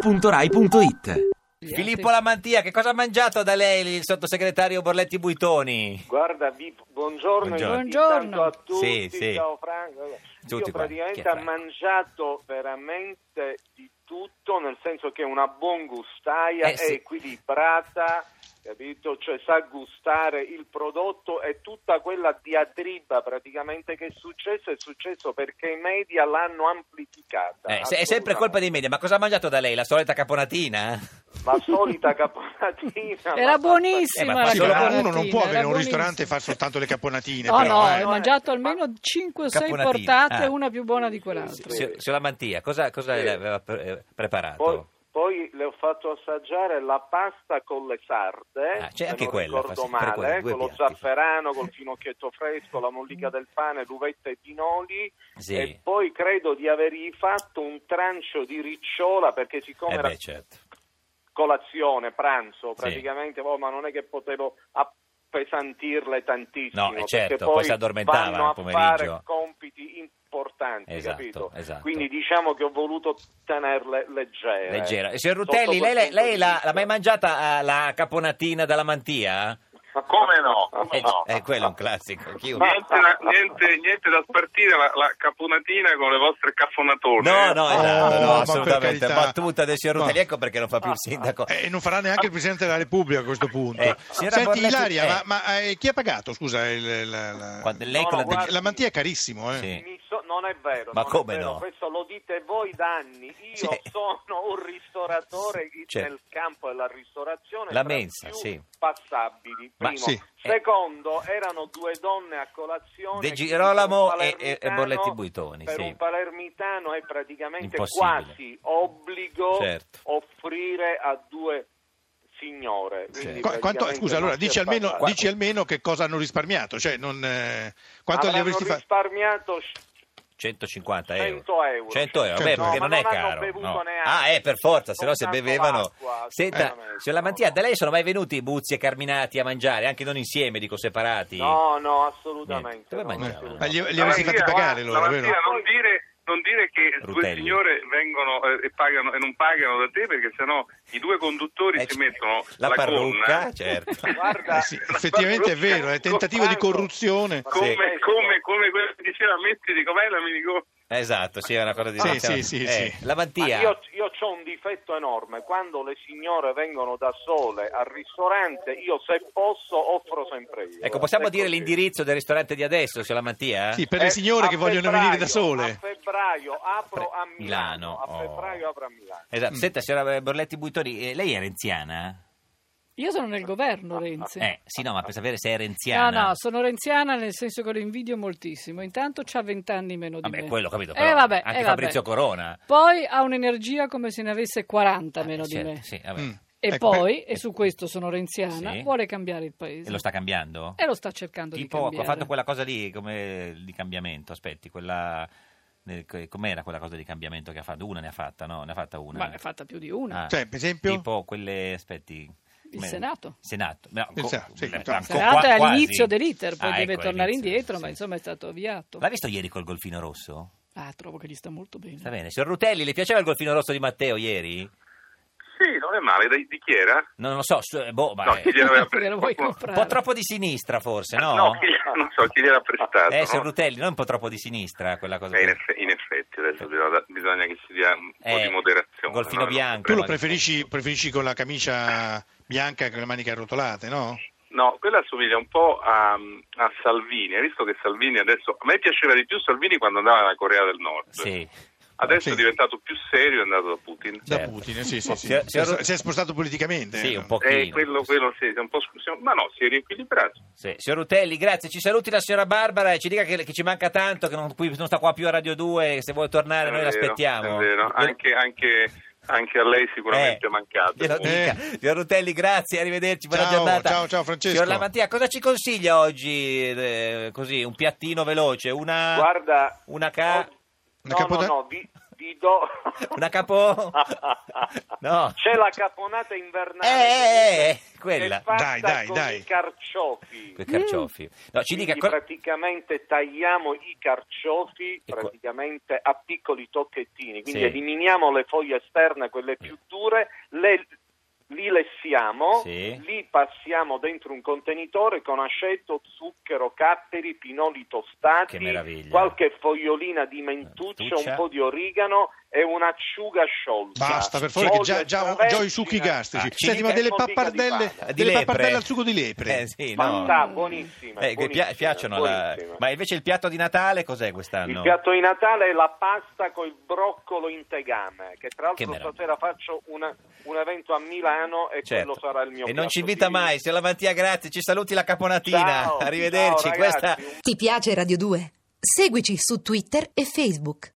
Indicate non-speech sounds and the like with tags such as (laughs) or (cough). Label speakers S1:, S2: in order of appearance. S1: radio2pod.rai.it
S2: Filippo Lamantia, che cosa ha mangiato da lei il sottosegretario Borletti Buitoni?
S3: Guarda, vi, buongiorno,
S2: Buongiorno.
S3: intanto a
S2: Sì,
S3: tutti,
S2: sì.
S3: ciao Franco. Allora,
S2: Tutti qua. Chi
S3: Io
S2: è
S3: praticamente ho
S2: Franco?
S3: mangiato veramente di tutto, nel senso che è una buon gustaia,
S2: Eh, sì.
S3: è equilibrata, capito? Cioè sa gustare il prodotto e tutta quella diatriba praticamente che è successo, è successo perché i media l'hanno amplificata.
S2: Eh, se- è sempre colpa dei media, ma cosa ha mangiato da lei? La solita caponatina?
S3: La solita caponatina.
S4: Era
S3: ma-
S4: buonissima
S2: Eh,
S4: la
S2: ma
S4: la
S2: sì, ma
S4: caponatina,
S5: uno non può
S4: era
S5: avere un
S4: buonissima.
S5: ristorante e fare soltanto le caponatine.
S4: No,
S5: però,
S4: no,
S5: eh.
S4: ho mangiato almeno 5 o 6
S2: Caponatina,
S4: portate,
S2: ah.
S4: una più buona di quell'altra.
S3: Sì.
S2: Signor signor Lamantia, cosa, cosa
S3: Sì.
S2: le aveva pre- eh, preparato?
S3: Poi, poi le ho fatto assaggiare la pasta con le sarde,
S2: Ah, c'è
S3: se
S2: anche
S3: non
S2: quella,
S3: ricordo
S2: fa- per
S3: male,
S2: quella, due
S3: con lo
S2: piatti.
S3: zafferano, col finocchietto fresco, la mollica del pane, l'uvetta e i pinoli
S2: Sì.
S3: e poi credo di avergli fatto un trancio di ricciola perché siccome
S2: Eh
S3: era
S2: beh, certo.
S3: colazione, pranzo praticamente, oh, ma non è che potevo appesantirle tantissimo
S2: No, eh, certo,
S3: perché
S2: poi
S3: poi,
S2: si addormentava
S3: vanno a
S2: al pomeriggio.
S3: fare compiti importanti,
S2: Esatto,
S3: capito?
S2: esatto.
S3: Quindi diciamo che ho voluto tenerle leggere.
S2: Leggera. E Signor
S3: eh, Sotto
S2: Rutelli, lei,
S3: quel
S2: lei
S3: punto di
S2: l'ha,
S3: vista.
S2: l'ha mai mangiata eh, la caponatina dalla mantia?
S3: Ma
S6: Come no?
S2: Eh,
S6: Come no?
S2: eh, quello è un classico. chiunque-
S6: Niente, da- niente- niente da spartire la, la caponatina con le vostre caffonatone.
S2: No, no, esatto,
S5: Oh,
S2: no,
S5: ma per
S2: assolutamente.
S5: carità.
S2: Battuta del signor
S5: Ma-
S2: Rutelli, ecco perché non fa più il sindaco.
S5: Eh, E non farà neanche il Presidente della Repubblica a questo punto.
S2: Eh, signora
S5: Senti,
S2: Borletti,
S5: Ilaria,
S2: eh.
S5: ma, ma, eh, chi ha pagato? Scusa, il- la, la-
S2: Quando lei
S3: No,
S2: con la
S3: no,
S2: de-
S3: guarda-
S5: la mantia è carissimo. Eh.
S2: Sì.
S3: Mi so- non è vero,
S2: Ma
S3: non è
S2: come
S3: vero,
S2: no?
S3: Questo lo dite voi da anni. Io
S2: Cioè-
S3: sono un ristoratore che-
S2: Cioè-
S3: nel campo della ristorazione.
S2: La
S3: tra i
S2: mensa,
S3: più
S2: sì. eh.
S3: Passabili.
S5: Ma
S3: Primo.
S5: sì.
S3: Secondo, erano due donne a colazione.
S2: De
S3: che
S2: Girolamo
S3: per un
S2: e- e- e Borletti Buitoni,
S3: Per
S2: sì.
S3: un palermitano è praticamente
S2: Impossibile.
S3: quasi obbligo
S2: Certo.
S3: offrire a due signore.
S2: Certo.
S3: Quindi
S5: Qua- quanto-
S3: praticamente
S5: scusa,
S3: non
S5: allora
S3: si è
S5: dici almeno,
S3: parlato.
S5: dici almeno che cosa hanno risparmiato. Cioè, non, eh, quanto gli
S3: Avranno
S5: avresti fatto?
S3: risparmiato
S2: 150 euro.
S3: 100 euro.
S2: 100 euro, beh, perché
S5: Cento euro.
S2: non è
S3: Ma non hanno
S2: caro.
S3: bevuto
S2: no.
S3: neanche.
S2: Ah, eh, per forza, se no se
S3: Soltanto
S2: bevevano.
S3: l'acqua,
S2: Senta,
S3: veramente,
S2: signor Lamantia,
S3: no,
S2: da lei sono mai venuti Buzzi e Carminati a mangiare, anche non insieme, dico separati?
S3: No, no, assolutamente.
S2: Niente. Dove
S3: no,
S2: mangiavano?
S3: assolutamente.
S5: Eh, Ma gli, gli
S6: La
S5: avresti
S6: mattina,
S5: fatti pagare
S6: guarda,
S5: loro,
S6: la mattina
S5: vero?
S6: non dire, non dire che due
S2: Rutelli.
S6: signore vengono eh, e, pagano, e non pagano da te perché sennò i due conduttori
S2: Eh,
S6: si
S2: c-
S6: mettono
S2: la
S6: la,
S2: parrucca,
S6: gonna.
S2: certo.
S3: (laughs) Guarda,
S5: Eh sì, effettivamente è vero, è tentativo di
S3: Franco,
S5: corruzione.
S2: Eh.
S6: Come,
S3: Sì.
S6: come, come quello che diceva Metti, com'è la minigonna?
S2: Esatto, sì, eh, è una cosa di
S5: Sì, sì, sì, sì.
S3: ma
S2: Lamantia.
S3: io, ho un difetto enorme, quando le signore vengono da sole al ristorante, io se posso offro sempre io.
S2: Ecco, possiamo dire
S3: così.
S2: l'indirizzo del ristorante di adesso, signor Lamantia?
S5: Sì, per le
S3: Eh,
S5: signore che
S3: a
S5: vogliono
S3: febbraio-
S5: venire da sole.
S3: A
S2: Eh,
S3: febbraio apro a Milano.
S2: Milano, oh.
S3: A febbraio apro a Milano.
S2: Esatto.
S5: Mm.
S2: Senta, signora Borletti Buitori, eh, lei è renziana?
S4: Io sono nel governo, Renzi.
S2: Eh, sì, no, ma per sapere se è
S4: No,
S2: renziana.
S4: no, sono renziana nel senso che lo invidio moltissimo. Intanto c'ha 20 anni meno di
S2: Vabbè,
S4: me.
S2: quello capito,
S4: Eh,
S2: però
S4: vabbè,
S2: anche
S4: eh, vabbè.
S2: Fabrizio Corona.
S4: Poi ha un'energia come se ne avesse 40 meno
S2: Eh,
S4: di
S2: certo,
S4: me.
S2: sì, vabbè.
S5: Mm.
S4: E
S5: Ecco, per-
S4: poi, e su questo sono renziana,
S2: Sì.
S4: vuole cambiare il paese.
S2: E lo sta cambiando?
S4: E lo sta cercando di
S2: tipo
S4: cambiare.
S2: ha fatto quella cosa lì come di cambiamento aspetti quella nel- que- com'era quella cosa di cambiamento che ha fatto una ne ha fatta no ne ha fatta una
S4: Ma ne ha fatta più di una.
S2: Ah,
S5: Cioè, per esempio?
S2: tipo quelle aspetti
S4: Il Senato.
S2: Senato no,
S5: Il Senato, sì,
S2: beh,
S5: cioè-
S2: ancora-
S4: Senato è
S2: quasi.
S4: all'inizio dell'iter, poi
S2: Ah,
S4: deve
S2: ecco,
S4: tornare
S2: all'inizio,
S4: indietro, ma
S2: sì.
S4: insomma è stato avviato.
S2: l'ha visto ieri col golfino rosso?
S4: Ah, trovo che gli sta molto bene.
S2: sta bene signor Rutelli le piaceva il golfino rosso di Matteo ieri?
S6: Sì, non è male, di, di chi era?
S2: non lo so su- boh ma
S6: No,
S2: è-
S6: chi
S4: (laughs)
S6: gliel'aveva
S4: Ve lo vuoi
S6: prestato?
S2: un
S4: comprare?
S2: po' troppo di sinistra forse no?
S6: No, chi gliel'ha- non so chi gliel'ha prestato.
S2: eh signor
S6: no?
S2: Rutelli non un po' troppo di sinistra quella cosa
S6: Eh, in,
S2: che-
S6: effe- in effetti adesso bisogna, bisogna che si dia un po'
S2: Eh,
S6: di moderazione.
S2: Golfino
S6: no?
S2: bianco.
S5: Tu lo preferisci, preferisci con la camicia bianca e con le maniche arrotolate, no?
S6: No, quella assomiglia un po' a, a Salvini. Hai visto che Salvini adesso... A me piaceva di più Salvini quando andava alla Corea del Nord.
S2: sì
S6: Adesso
S5: Sì.
S6: è diventato più serio e è andato da Putin.
S5: Da
S2: Certo.
S5: Putin, sì, sì, sì.
S2: Signor-
S5: Si, è,
S2: signor-
S5: si è spostato politicamente.
S2: sì
S5: eh.
S2: un pochino
S6: Eh, quello, quello sì, è un po' scusi- ma no, si è riequilibrato.
S2: Sì, signor Rutelli, grazie. Ci saluti la signora Barbara e ci dica che, che ci manca tanto, che non, qui- non sta qua più a Radio 2. Se vuole tornare,
S6: È
S2: Eh, noi
S6: vero,
S2: l'aspettiamo. Eh,
S6: è vero. Anche, anche- anche a lei sicuramente è mancato.
S2: glielo dica. Signor Rutelli, grazie, arrivederci, buona
S5: Eh. Ciao,
S2: giornata.
S5: ciao, ciao, Francesco.
S2: Signor Lamantia, cosa ci consiglia oggi? eh, così, un piattino veloce, una,
S3: Guarda,
S2: una ca...
S3: oggi-
S5: Una
S3: no,
S5: capota-
S3: no, no, vi- Ti do...
S2: (laughs) Una
S6: (laughs)
S2: capo... (laughs) No.
S3: C'è la caponata invernale.
S2: Eh, eh, eh,
S3: che
S2: quella.
S3: è fatta
S5: Dai, dai,
S3: con
S5: dai.
S3: i carciofi.
S2: Quei carciofi. No, ci dica
S3: Quindi
S2: co-
S3: praticamente tagliamo i carciofi
S2: E qua-
S3: praticamente a piccoli tocchettini, quindi
S2: Sì.
S3: eliminiamo le foglie esterne, quelle più dure, le- li lessiamo,
S2: Sì.
S3: li passiamo dentro un contenitore con aceto, zucchero, capperi, pinoli
S2: Che
S3: tostati,
S2: meraviglia.
S3: qualche fogliolina di mentuccia,
S2: Mentuccia.
S3: un po' di origano e un'acciuga sciolta.
S5: Basta, per favore, che già,
S3: Olio
S5: già,
S3: extravergine.
S5: già ho i succhi gastrici.
S2: Ah, ci
S5: Senti, ma
S2: dica-
S5: delle
S3: non dica di
S5: pappardelle,
S2: Eh,
S3: farla.
S2: Di
S5: delle
S2: lepre.
S5: pappardelle al sugo di lepre.
S2: Eh sì, no.
S3: Fantastica, buonissima,
S2: Eh, che pia-
S3: buonissima,
S2: piacciono la-
S3: buonissima.
S2: Ma invece il piatto di Natale cos'è quest'anno?
S3: Il piatto di Natale è la pasta col broccolo in tegame, che tra
S2: Che
S3: l'altro
S2: meraviglia.
S3: stasera faccio una- un evento a Milano e
S2: Certo.
S3: quello sarà il mio
S2: E non
S3: piatto
S2: ci invita
S3: di-
S2: mai, signor Lavantia, grazie, ci saluti la caponatina.
S3: Ciao,
S2: Arrivederci.
S3: ciao, ragazzi,
S2: Questa
S3: un
S1: Ti piace Radio 2? Seguici su Twitter e Facebook.